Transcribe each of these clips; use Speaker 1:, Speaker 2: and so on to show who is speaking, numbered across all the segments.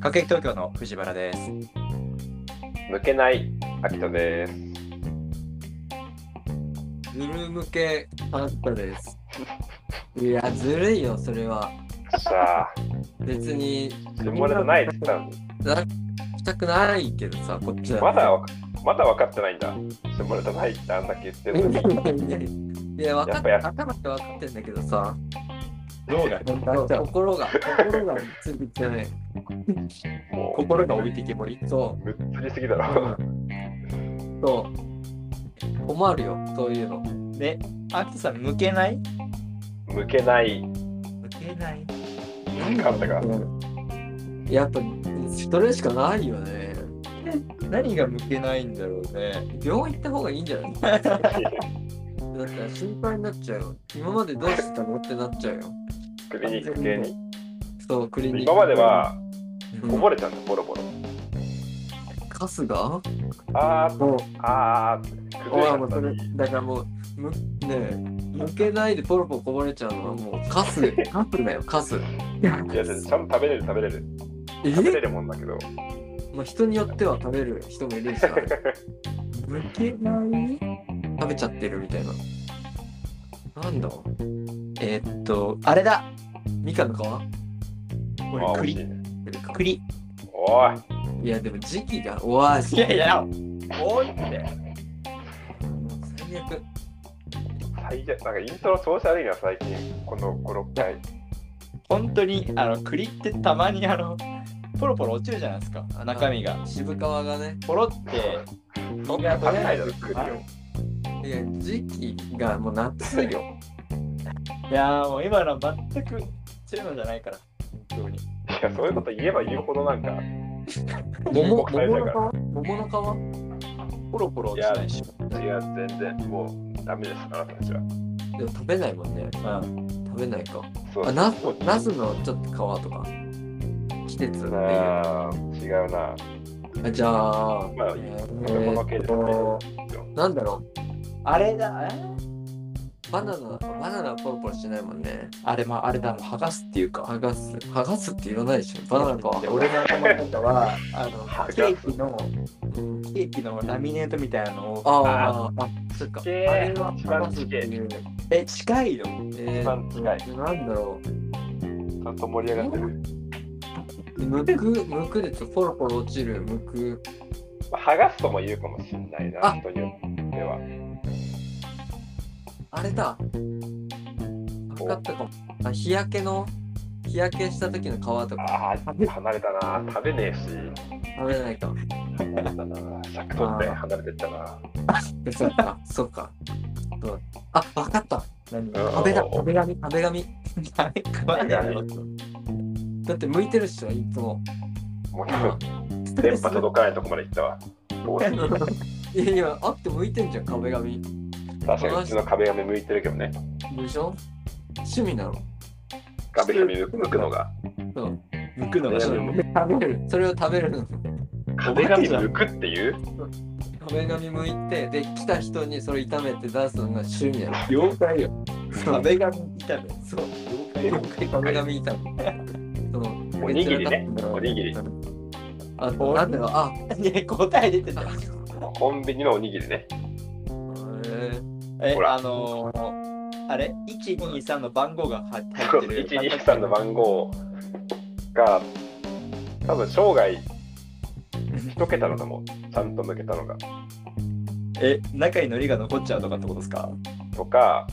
Speaker 1: 各駅東京の藤原です。
Speaker 2: 向けない秋人です。
Speaker 3: ずる向けあったです。いや、ずるいよ、それは。
Speaker 2: さあ、
Speaker 3: 別に、
Speaker 2: 下ネタないって言ったのに、
Speaker 3: したくないけどさ、こっちは。
Speaker 2: まだわかまだ分かってないんだ。下ネタないってあんだけ言ってるのに。
Speaker 3: いや、分かって、
Speaker 2: やっぱ
Speaker 3: 頭って分かってんだけどさ、
Speaker 1: どうが
Speaker 3: 心が、心がついてない。
Speaker 2: も、
Speaker 1: 心が置いてきぼり
Speaker 3: そう
Speaker 2: むっつりすぎだ
Speaker 3: う、
Speaker 2: ろ。
Speaker 3: そう。困るよ、そういうの。
Speaker 1: で、あとさん、向けない
Speaker 2: 向けない
Speaker 1: 向けない。
Speaker 2: 感だが、
Speaker 3: やっぱ、それしかないよね。
Speaker 1: 何が向けないんだろうね。
Speaker 3: 病院行った方がいいんじゃないだったら心配になっちゃうよ。今までどうしてたのってなっちゃうよ。
Speaker 2: クリニック系に。
Speaker 3: そう、クリニック。
Speaker 2: 今までは、
Speaker 3: う
Speaker 2: こ
Speaker 3: ん、
Speaker 2: ぼれちゃうんだ、ボロボロ。
Speaker 3: 春日
Speaker 2: あ
Speaker 3: もう、
Speaker 2: ー、あーって、崩れち
Speaker 3: あ
Speaker 2: ゃ
Speaker 3: あ、
Speaker 2: っ
Speaker 3: もう
Speaker 2: た
Speaker 3: そ
Speaker 2: の
Speaker 3: れ
Speaker 2: に。、
Speaker 3: だからもう、むねえ、抜けないでポロポロこぼれちゃうのはもう、カス、 カスだよ、カス。
Speaker 2: いや、ちゃんと食べれる、食べれる。食べれ
Speaker 3: え
Speaker 2: るもんだ けど、
Speaker 3: まあ、人によっては食べる人もいる しさ、抜けない食べちゃってるみたいな。なんだ
Speaker 1: えーっと、あれだ
Speaker 3: みかんの皮
Speaker 2: あー、
Speaker 1: 俺、
Speaker 2: 美味しい
Speaker 1: 栗。
Speaker 2: ね。
Speaker 1: 栗。
Speaker 2: おい、
Speaker 3: いや、でも時期が、おわし。
Speaker 1: いやいや、おいって。
Speaker 2: 最
Speaker 3: 最悪。
Speaker 2: 悪、なんかイントロ調子悪いな、最近。この5、6回。
Speaker 1: 本当に、あの、栗ってたまに、あの、ポロポロ落ちるじゃないですか、中身が。
Speaker 3: 渋皮がね、
Speaker 1: ポロって、
Speaker 2: そんな食べないだろ、栗を。
Speaker 3: いや、時期がもう夏 よ。
Speaker 1: いやーもう今のは全く違うのじゃないから、本当に。
Speaker 2: いや、そういうこと言えば言うほどなんか、
Speaker 3: 桃、
Speaker 2: 僕最
Speaker 3: 桃
Speaker 2: 初だ
Speaker 3: の
Speaker 2: か
Speaker 3: 皮桃の皮
Speaker 1: ポロポロ落ちないし。
Speaker 2: いや、全然もうダメです、あなたたちは。
Speaker 3: でも食べないもんね。
Speaker 1: うん。
Speaker 3: 食べないか。
Speaker 2: そう
Speaker 3: あ、ナス
Speaker 2: そう、
Speaker 3: ナスのちょっと皮とか。季節っていう。あ、
Speaker 2: あー違うな。
Speaker 3: じゃあ、
Speaker 2: まあ、いい
Speaker 3: え
Speaker 2: それも系で
Speaker 3: ーっ
Speaker 2: すね。
Speaker 3: と、なんだろ
Speaker 1: あれだ、
Speaker 3: う。バナナ、バナナはポロポロしないもんね。
Speaker 1: あれ、まあ、あれだ、もう剥がすっていうか。
Speaker 3: 剥がす、剥がすって言わないでしょ。バナナか
Speaker 1: で。俺の頭の中は、あの
Speaker 2: 剥が、す
Speaker 1: ケーキの、
Speaker 3: うん、
Speaker 1: ケーキのラミネートみたいなのを、
Speaker 3: ああ、あ、そっか。あ
Speaker 2: 地形
Speaker 3: れは
Speaker 2: 一
Speaker 3: 剥
Speaker 2: 番
Speaker 3: がす
Speaker 2: 地
Speaker 3: って
Speaker 2: 形
Speaker 3: いう。
Speaker 1: え、近いの
Speaker 3: え
Speaker 2: 一番近い
Speaker 3: ー、なんだろう。
Speaker 2: ちゃんと盛り上がってる。
Speaker 3: むく、むくでちょっとポロポロ落ちる、むく。
Speaker 2: まあ、剥がすとも言うかもしんないな、
Speaker 3: あ
Speaker 2: 人によっては。
Speaker 3: あれだ。分かったかも。あ日焼けの、日焼けした時の皮とか
Speaker 2: ああ、離れたな。食べねえし、
Speaker 3: 食べないか。
Speaker 2: 離れたな。尺取って離れてったな。
Speaker 3: えそっか、そっか。そうあ、わかった。
Speaker 1: 何
Speaker 2: うん
Speaker 3: 壁紙、壁紙、壁紙。
Speaker 1: あ れ、怖いだろ。
Speaker 3: だって向いてるっしょ、いつも。
Speaker 2: もう
Speaker 3: 今
Speaker 2: 今、電波届かないとこまで行ったわ。おい
Speaker 3: いやいや、あって向いてんじゃん、壁紙。
Speaker 2: 確かにうちの壁紙向いてるけどね。
Speaker 3: でしょ趣味なの。
Speaker 2: 壁紙向くのが。
Speaker 3: そう。
Speaker 1: 剥くのが
Speaker 2: 壁
Speaker 1: ちょっ
Speaker 2: 紙向く
Speaker 3: 食べる。それを食べるの。
Speaker 2: 壁紙向くっていう
Speaker 3: 壁紙向いて、で、来た人にそれ炒めて出すのが趣味なの。
Speaker 1: と妖怪よ。壁紙いたね。
Speaker 3: そう。
Speaker 1: 妖怪
Speaker 3: 壁紙炒め。その
Speaker 2: おにぎりね。
Speaker 3: お
Speaker 2: おにぎり。
Speaker 3: あ、なんだろう、あ、
Speaker 1: ね、答え出てた。
Speaker 2: コンビニのおにぎりね。
Speaker 3: えー
Speaker 1: え
Speaker 2: ほ、ら
Speaker 1: あのー、あれ、1、2、3の番号が入
Speaker 2: そう
Speaker 1: ってる。
Speaker 2: 123の番号が多分生涯一桁だと思うちゃんと向けたのが
Speaker 1: え、中に海苔が残っちゃうとかってことですか
Speaker 2: とか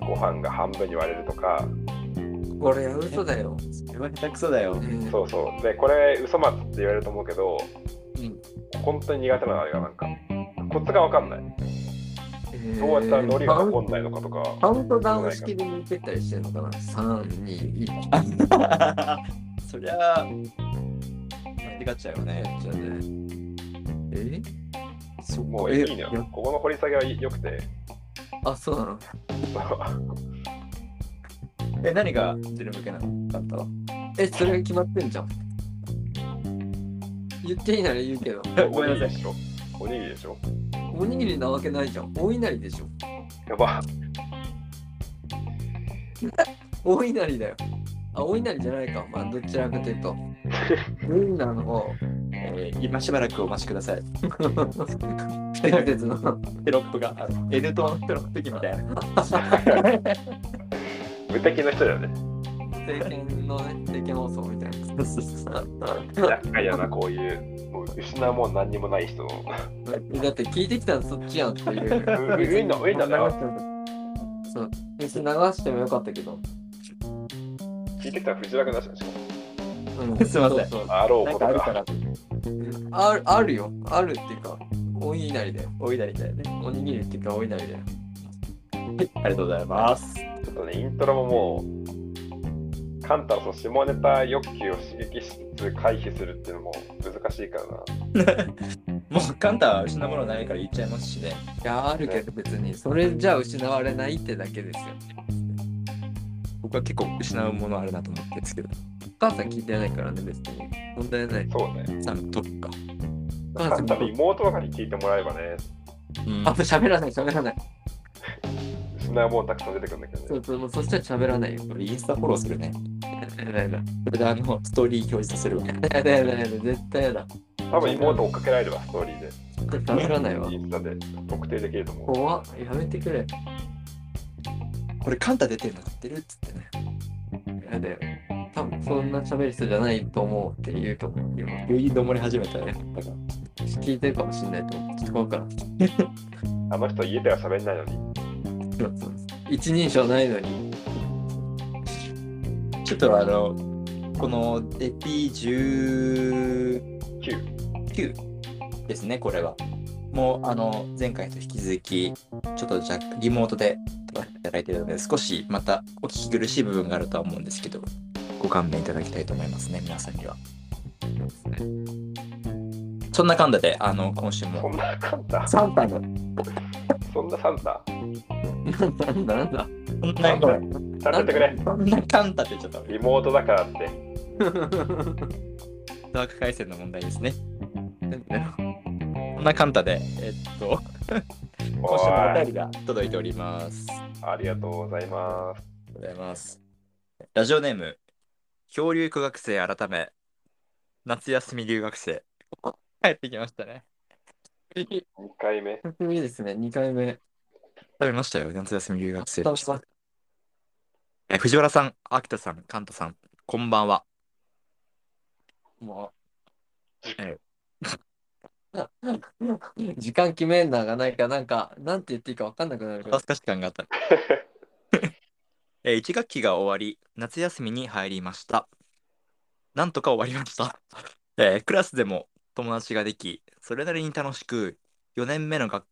Speaker 2: ご飯が半分に割れるとか
Speaker 3: これ嘘だよ。
Speaker 1: それは下手くそだ よ。
Speaker 3: うん
Speaker 2: そうそうでこれ嘘松って言われると思うけど、
Speaker 3: うん
Speaker 2: 本当に苦手なのあれがなんかコツが分かんない
Speaker 3: えー
Speaker 2: どうやったら海苔が残んないのかとか
Speaker 3: カウントダウン式で抜いてったりしてるのかな ?3、2、1。
Speaker 1: そりゃあ、間違っちゃうよね。
Speaker 3: じゃあね。えそっか
Speaker 2: もういいのよここの掘り下げは良くて
Speaker 3: あ、そうなの
Speaker 1: え、何が出る向けなのだったら。
Speaker 3: え、それが決まってんじゃん。言っていいなら言うけど。
Speaker 2: おにぎりでしょおにぎりでしょ
Speaker 3: おにぎりなわけないじゃん。大いなりでしょ。
Speaker 2: やば
Speaker 3: 大いなりだよ。あ、大いなりじゃないか。まあ、どちらかというと。ウインナーの方、
Speaker 1: えー今しばらくお待ちください。
Speaker 3: 不適 切な。
Speaker 1: テロップが、あの N 党の人の時みたいな。
Speaker 2: 無敵の人だよね。
Speaker 3: 政権のね、政権放送みたいな。
Speaker 2: 厄介やな、こういう、もう失うもん何にもない人の。
Speaker 3: だって聞いてきたのそっちやんっていう。
Speaker 2: ウウインナーウインナーだよ
Speaker 3: そう。別に流してもよかったけど。
Speaker 2: 聞いてきたら藤原君だしな、しかも。
Speaker 3: うん
Speaker 1: すいません
Speaker 3: そうそう
Speaker 2: あろう
Speaker 1: な
Speaker 2: こ
Speaker 1: ん
Speaker 2: と
Speaker 1: かある
Speaker 2: か
Speaker 1: か。な
Speaker 3: あるあるよ。あるっていうか、おいなりだよ。
Speaker 1: おいだりだよね。
Speaker 3: おにぎりっていうか、おいなりだよ。
Speaker 1: はい、ありがとうございます。
Speaker 2: ちょっとね、イントロももう、カンタのその下ネタ欲求を刺激しつつ回避するっていうのも難しいからな。
Speaker 1: もう、カンタは失うものないから言っちゃいますしね。
Speaker 3: いや、あるけど別に、それじゃ失われないってだけですよ。
Speaker 1: 僕は結構失うものあるなと思ってるんですけど。
Speaker 3: お母さん聞いてないからね、別に。問題ない。
Speaker 2: そうね。
Speaker 1: さん、トップか。
Speaker 3: お母
Speaker 2: カ
Speaker 3: さん
Speaker 2: ンタの妹とかに聞いてもらえばね、
Speaker 1: うん
Speaker 3: あと喋らない、喋らない。
Speaker 2: 失うもんたくさん出てくるんだけど
Speaker 3: そ
Speaker 2: ね。
Speaker 3: うそう、もうそしたら喋らないよ。
Speaker 1: 俺インスタフォローするね。
Speaker 3: やだやだ。
Speaker 1: それであの、ストーリー表示させるわ。
Speaker 3: やだやだやだ、絶対やだ。
Speaker 2: 多分妹追っかけられるわ、ストーリーで。
Speaker 3: 絶対喋らないわ
Speaker 2: イ。ンスタで特定できると思う。
Speaker 3: 怖っ、やめてくれ。
Speaker 1: これカンタ出てるの知ってるっつってね。
Speaker 3: やだよ。多分そんな喋る人じゃないと思うって言うと思う。今
Speaker 1: 余裕どもり始めたね。だから
Speaker 3: 聞いてるかもしれないと思う。ちょっと怖いから。
Speaker 2: あの人家では喋んないのに。
Speaker 3: そうそう一人称ないのに。
Speaker 1: ちょっとあの、このエピ19
Speaker 2: 9。
Speaker 1: ですね、これは。もう、あの、前回と引き続き、ちょっとじゃリモートでいただいてるので、少しまたお聞き苦しい部分があるとは思うんですけど、ご勘弁いただきたいと思いますね、皆さんには。そんなかんだで、あの、今週
Speaker 2: そ
Speaker 1: も。
Speaker 2: んなカンタ
Speaker 1: サンタの。
Speaker 2: そんなサンタ
Speaker 3: なんだなんだな んだ
Speaker 1: そんな、ごめん
Speaker 2: ちゃんとやってくれ。
Speaker 1: そんなカンタってちょっと。
Speaker 2: 妹だからって。
Speaker 1: ダーク回線の問題ですね。こんなカンタで、えっと、
Speaker 2: お
Speaker 1: 今週のお便
Speaker 2: い
Speaker 1: りが届いております。あり
Speaker 2: ありがとうございます。
Speaker 1: がとうございます。ラジオネーム、恐竜科学生改め、夏休み留学生。帰ってきましたね。食
Speaker 2: 2回目。
Speaker 3: いいですね、2回目。
Speaker 1: べましたよ、夏休み留学生。
Speaker 3: 倒しま
Speaker 1: え藤原さん、秋田さん、カンタさん、こんばんは。
Speaker 3: も
Speaker 1: ええ
Speaker 3: う。 時間決めんながないか、なんか、なんて言っていいか分かんなくなるから
Speaker 1: 恥。ずかし感があった。 えー、1学期が終わり、夏休みに入りました。なんとか終わりました。えークラスでも友達ができ、それなりに楽しく4年目の学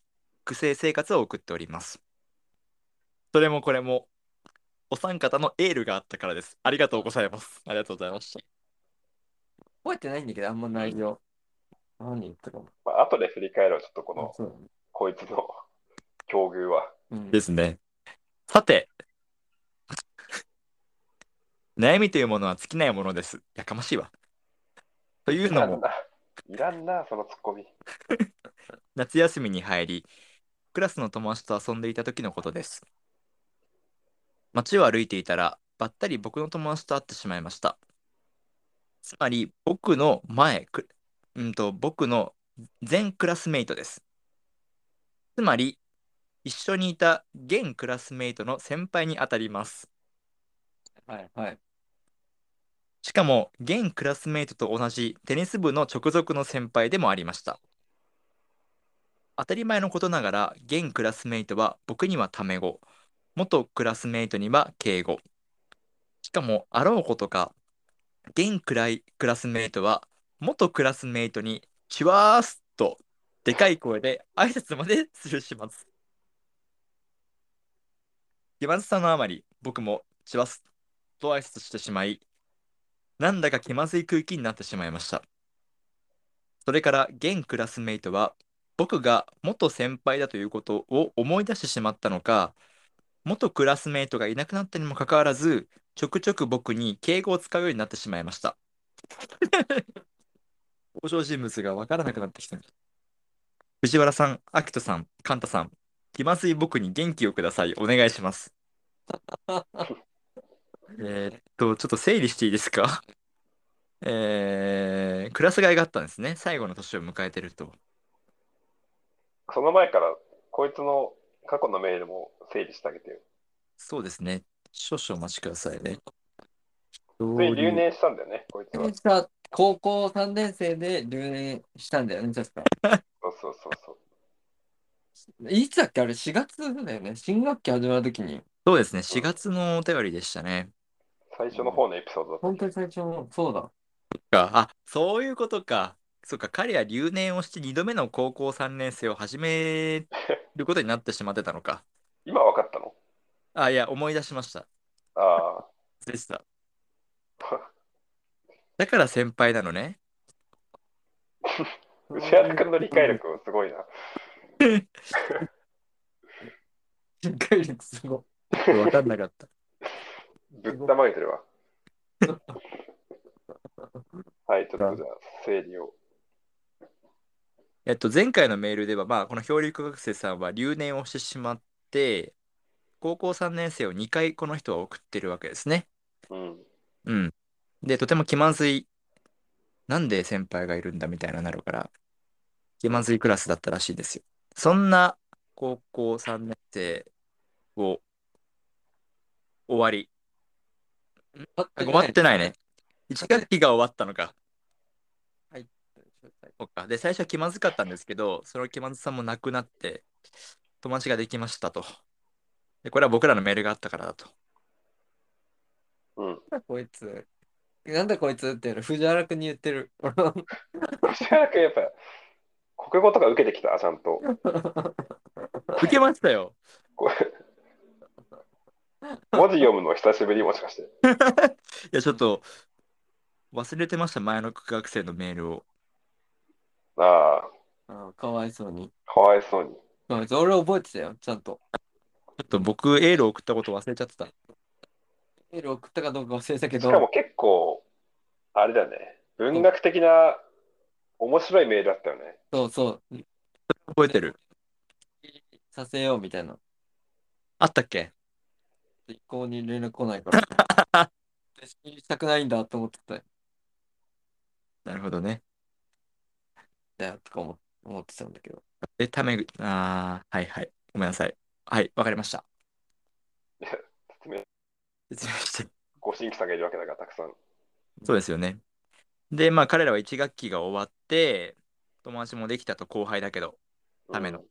Speaker 1: 生生活を送っております。それもこれも、お三方のエールがあったからです。ありがとうございます。ありがとうございました。
Speaker 3: 覚えてないんだけど、あんま内容。何言ったかも。
Speaker 2: まあ後で振り返ろう、ちょっとこの、
Speaker 3: そうだね
Speaker 2: こいつの 境遇は。
Speaker 3: うん
Speaker 1: ですね。さて、 悩みというものは尽きないものです。やかましいわ。というのも、
Speaker 2: いらんな、そのツッコミ。
Speaker 1: 夏休みに入り、クラスの友達と遊んでいた時のことです。街を歩いていたら、ばったり僕の友達と会ってしまいました。つまり、僕の前、くうんと、僕の全クラスメイトです。つまり、一緒にいた現クラスメイトの先輩にあたります。
Speaker 3: はいはい。
Speaker 1: しかも、現クラスメイトと同じテニス部の直属の先輩でもありました。当たり前のことながら、現クラスメイトは僕にはタメ語、元クラスメイトには敬語。しかも、あろうことか、現クライクラスメイトは元クラスメイトにチュワースとでかい声で挨拶までする始末。気まずさのあまり、僕もチュワスと挨拶してしまい、なんだか気まずい空気になってしまいました。それから現クラスメイトは僕が元先輩だということを思い出してしまったのか元クラスメイトがいなくなったにもかかわらずちょくちょく僕に敬語を使うようになってしまいました。登場人物がわからなくなってきた。藤原さん、秋人さん、カンタさん、気まずい僕に元気をください。お願いします。えーっと、ちょっと整理していいですかえークラス替えがあったんですね。最後の年を迎えてると。
Speaker 2: その前から、こいつの過去のメールも整理してあげてよ。
Speaker 1: そうですね。少々お待ちくださいね。
Speaker 2: つい留年したんだよね、こいつは。
Speaker 3: した高校3年生で留年したんだよね、確か。
Speaker 2: そうそうそうそう。
Speaker 3: いつだっけあれ、4月だよね。新学期始まるときに。
Speaker 1: そうですね。4月のお便りでしたね。
Speaker 2: 最初の方のエピソードだっ
Speaker 3: 本当に最初の、そ うだ。
Speaker 1: かあそういうことか。そうか彼は留年をして2度目の高校3年生を始めることになってしまってたのか。
Speaker 2: た。今わかったの
Speaker 1: あいや思い出しました。
Speaker 2: あ
Speaker 1: でした。
Speaker 2: あ。
Speaker 1: だから先輩なのね。
Speaker 2: 内田君の理解力すごいな。
Speaker 3: 理解力すごい。
Speaker 1: 分かんなかった。
Speaker 2: ぶったまげてるわ。はい、ちょっとじゃあ、整理を。
Speaker 1: えっと、前回のメールでは、まあ、この漂流学生さんは留年をしてしまって、高校3年生を2回この人は送ってるわけですね。
Speaker 2: うん。
Speaker 1: うん。で、とても気まずい。なんで先輩がいるんだみたいななるから、気まずいクラスだったらしいですよ。そんな高校3年生を終わり。あ、終わってないね。1学期が終わったのか。そうか。で、最初は気まずかったんですけど、その気まずさもなくなって、友達ができましたと。で、これは僕らのメールがあったからだと。
Speaker 2: うん。
Speaker 3: なんだ こいつ。なんだこいつっていうの藤原君に言ってる。 俺は
Speaker 2: 内原君、やっぱ、国語とか受けてきた、ちゃんと。
Speaker 1: 受けましたよ。
Speaker 2: こう文字読むの久しぶり、もしかして。
Speaker 1: いや、ちょっと、忘れてました、前の学生のメールを。
Speaker 2: あ
Speaker 3: あかわいそうに。
Speaker 2: あ、かわいそうに。
Speaker 3: かわいそう俺覚えてたよ、ちゃんと。
Speaker 1: ちょっと僕、エールを送ったこと忘れちゃってた。
Speaker 3: メール送ったかどうか忘れたけ
Speaker 2: しかも
Speaker 3: ど、
Speaker 2: 結構、あれだね。文学的な、面白いメールだったよね。
Speaker 3: そうそう、
Speaker 1: 覚えてる。
Speaker 3: させようみたいな。
Speaker 1: あったっけ
Speaker 3: 一向に連絡来ないから。私にしたくないんだと思ってたん
Speaker 1: なるほどね。
Speaker 3: だよとか思思ってたんだけど。
Speaker 1: で、ため、あー、はいはい。ごめんなさい。はい、わかりま した。
Speaker 2: 説明、
Speaker 1: 説明して。
Speaker 2: ご新規さんがいるわけだから、たくさん。
Speaker 1: そうですよね。で、まあ、彼らは1学期が終わって、友達もできたと後輩だけど、ための
Speaker 2: うん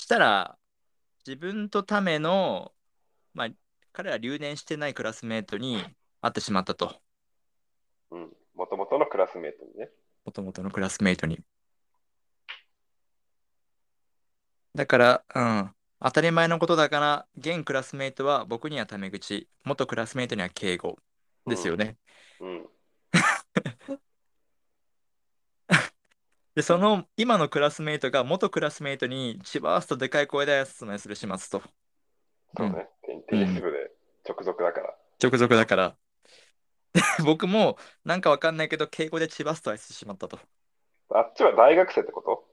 Speaker 1: したら自分とための、まあ、彼ら留年してないクラスメートに会ってしまったと
Speaker 2: うん。もともとのクラスメートにね。
Speaker 1: もともとのクラスメートにだから、うん、当たり前のことだから現クラスメートは僕にはタメ口元クラスメートには敬語ですよね、
Speaker 2: うん。
Speaker 1: でその今のクラスメートが元クラスメートに千葉ースとでかい声で説明するしますと
Speaker 2: そうね。テニス部で直属だから。
Speaker 1: 直属だから で僕もなんかわかんないけど敬語で千葉ースと挨拶してしまったと
Speaker 2: あっちは大学生ってこと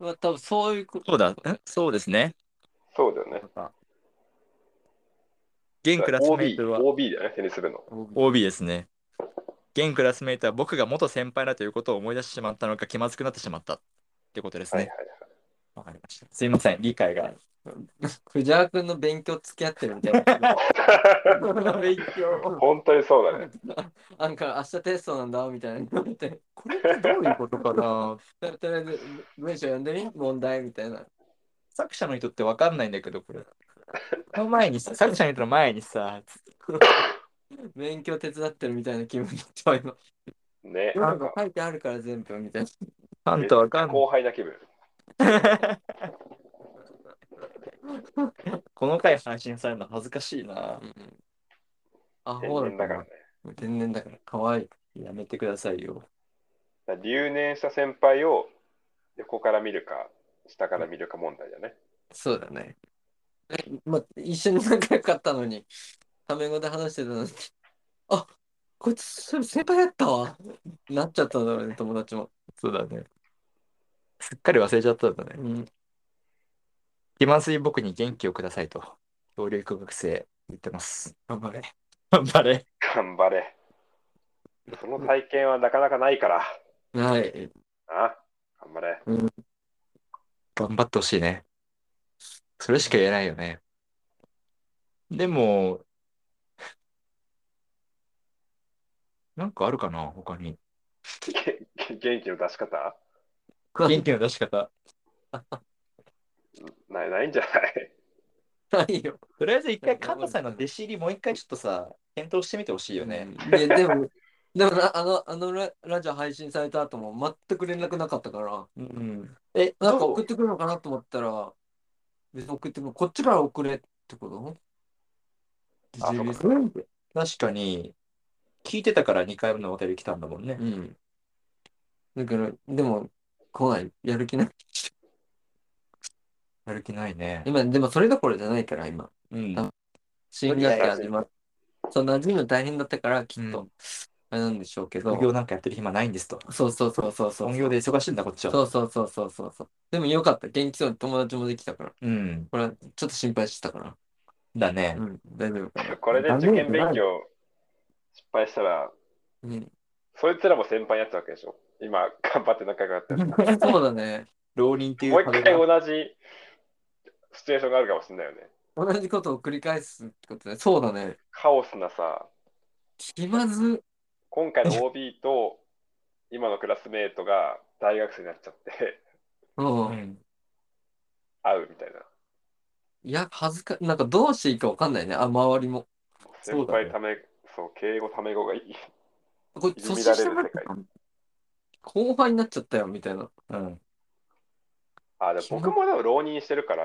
Speaker 3: まあ、多分そういうこと
Speaker 1: そうだ、んそうですね。
Speaker 2: そうだよね。
Speaker 1: 現クラスメー
Speaker 2: OB,
Speaker 1: トは
Speaker 2: OB だよね、テニス部の。
Speaker 1: OB ですね。現クラスメートは僕が元先輩だということを思い出してしまったのか気まずくなってしまったってことです
Speaker 2: はいはい
Speaker 1: ね
Speaker 2: は。い。
Speaker 1: わ、かりました。すいません、理解が。
Speaker 3: 藤原君の勉強付き合ってるみたいな。勉強。
Speaker 2: 本当にそうだね。
Speaker 3: なんか明日テストなんだみたいな言われて。これってどういうことかなとりあえず文章読んでみ問題みたいな。
Speaker 1: 作者の人ってわかんないんだけど、これ。その前にさ、作者の人の前にさ、
Speaker 3: 勉強手伝ってるみたいな気分になっちゃう今。
Speaker 2: ね。な
Speaker 3: なんん
Speaker 2: か
Speaker 3: か書いてあるから全部みたいな。
Speaker 1: あんたわかんない。
Speaker 2: 後輩な気分。
Speaker 1: この回配信されるの恥ずかしいな。
Speaker 3: あ、
Speaker 2: 天
Speaker 3: ほう
Speaker 2: 然だ
Speaker 3: だ
Speaker 2: か
Speaker 3: からら
Speaker 2: ね。。
Speaker 3: 天然だから。かわいい。
Speaker 1: やめてくださいよ。
Speaker 2: 留年した先輩を横から見るか、下から見るか問題だね。
Speaker 3: そうだね。えまあ、一緒に仲良かったのに、タメ語で話してたのに、あこいつ、それ先輩やったわ。なっちゃったんだろうね、友達も。
Speaker 1: そうだね。すっかり忘れちゃったんだね。
Speaker 3: うん、
Speaker 1: 気まずい僕に元気をくださいと、恐竜科学生言ってます。頑張れ。頑張れ。
Speaker 2: 頑張れ。その体験はなかなかないから。
Speaker 3: はい。
Speaker 2: あ頑張れ。
Speaker 1: 頑張ってほしいね。それしか言えないよね。でも、なんかあるかな他に。
Speaker 2: げ元気の出し方
Speaker 1: 元気の出し方。
Speaker 2: ないないんじゃない
Speaker 3: ないよ。
Speaker 1: とりあえず一回、カンナさんの弟子入り、もう一回ちょっとさ、検討してみてほしいよね。
Speaker 3: ででも、でもなあのあのララジオ配信された後も全く連絡なかったから、
Speaker 1: うん。え、
Speaker 3: なんか送ってくるのかなと思ったら、別に送ってくる、こっちから送れってこと
Speaker 2: あそうか
Speaker 1: 確かに、聞いてたから2回目のお便り来たんだもんね
Speaker 3: う。ん。だから、でも、怖い。やる気ない。
Speaker 1: やる気ないね。
Speaker 3: 今、でもそれどころじゃないから、今。
Speaker 1: うん
Speaker 3: あ新学期始まって。そう、馴染むの大変だったから、きっと、
Speaker 1: う
Speaker 3: あれなんでしょうけど
Speaker 1: 本。業なんかやってる暇ないんですと。
Speaker 3: そうそうそうそうそう。
Speaker 1: 本業で忙しいんだ、こっちは。
Speaker 3: そうそうそうそうそうそう。でもよかった。元気そうに友達もできたから。
Speaker 1: うん。
Speaker 3: これはちょっと心配してたから。
Speaker 1: だね
Speaker 3: う。ん、大丈夫かな。
Speaker 2: これで受験勉強失敗したら、
Speaker 3: うん、
Speaker 2: そいつらも先輩になっちゃうわけでしょ。今、頑張って仲良くなって
Speaker 3: そうだね。
Speaker 1: 浪人ってい
Speaker 2: る。
Speaker 1: う
Speaker 2: もう一回
Speaker 1: 壁が
Speaker 2: 同じシチュエーションがあるかもしれないよね。
Speaker 3: 同じことを繰り返すってことね。そうだね。
Speaker 2: カオスなさ、
Speaker 3: 気まず。
Speaker 2: 今回の OB と今のクラスメートが大学生になっちゃって、
Speaker 3: うん。
Speaker 1: うん
Speaker 2: 会うみたいな。
Speaker 3: いや、恥ずか、なんかどうしていいかわかんないね。あ、周りも。
Speaker 2: 先
Speaker 1: そうだね
Speaker 2: 輩ため、そう、敬語ため語がいい。
Speaker 3: これ、
Speaker 2: 入
Speaker 3: 阻
Speaker 2: り
Speaker 3: 止
Speaker 2: 乱
Speaker 3: し
Speaker 2: れ
Speaker 3: て
Speaker 2: る
Speaker 3: もらったかな後輩になっちゃったよ、みたいな。
Speaker 1: うん。
Speaker 2: あ、でも僕もでも浪人してるから、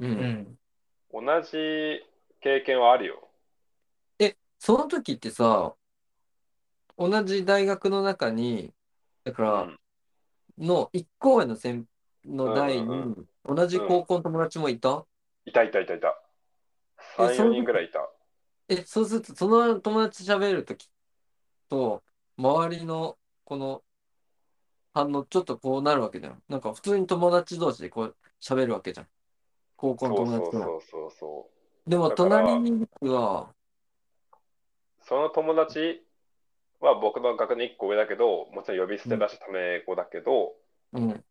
Speaker 3: う。
Speaker 1: うんん。
Speaker 2: 同じ経験はあるよ。
Speaker 3: その時ってさ、同じ大学の中に、だか
Speaker 2: う
Speaker 3: ら、
Speaker 2: ん
Speaker 3: の1校への先の代
Speaker 2: うんうん
Speaker 3: に同じ高校の友達もいた、
Speaker 2: いたいたいたいた。3、
Speaker 3: えそ
Speaker 2: 4
Speaker 3: う
Speaker 2: 人ぐらいいた。
Speaker 3: えそうするとその友達と喋るときと周りのこの反応ちょっとこうなるわけじゃんなんか普通に友達同士でこう喋るわけじゃん高校
Speaker 2: そ
Speaker 3: の
Speaker 2: う
Speaker 3: 友
Speaker 2: そ
Speaker 3: 達
Speaker 2: う
Speaker 3: とは
Speaker 2: そうそうそ
Speaker 3: でも
Speaker 2: だから
Speaker 3: 隣にいる人は
Speaker 2: う。その友達は僕の学年1個上だけど、もちろん呼び捨てだし、ため語だけど、
Speaker 3: うん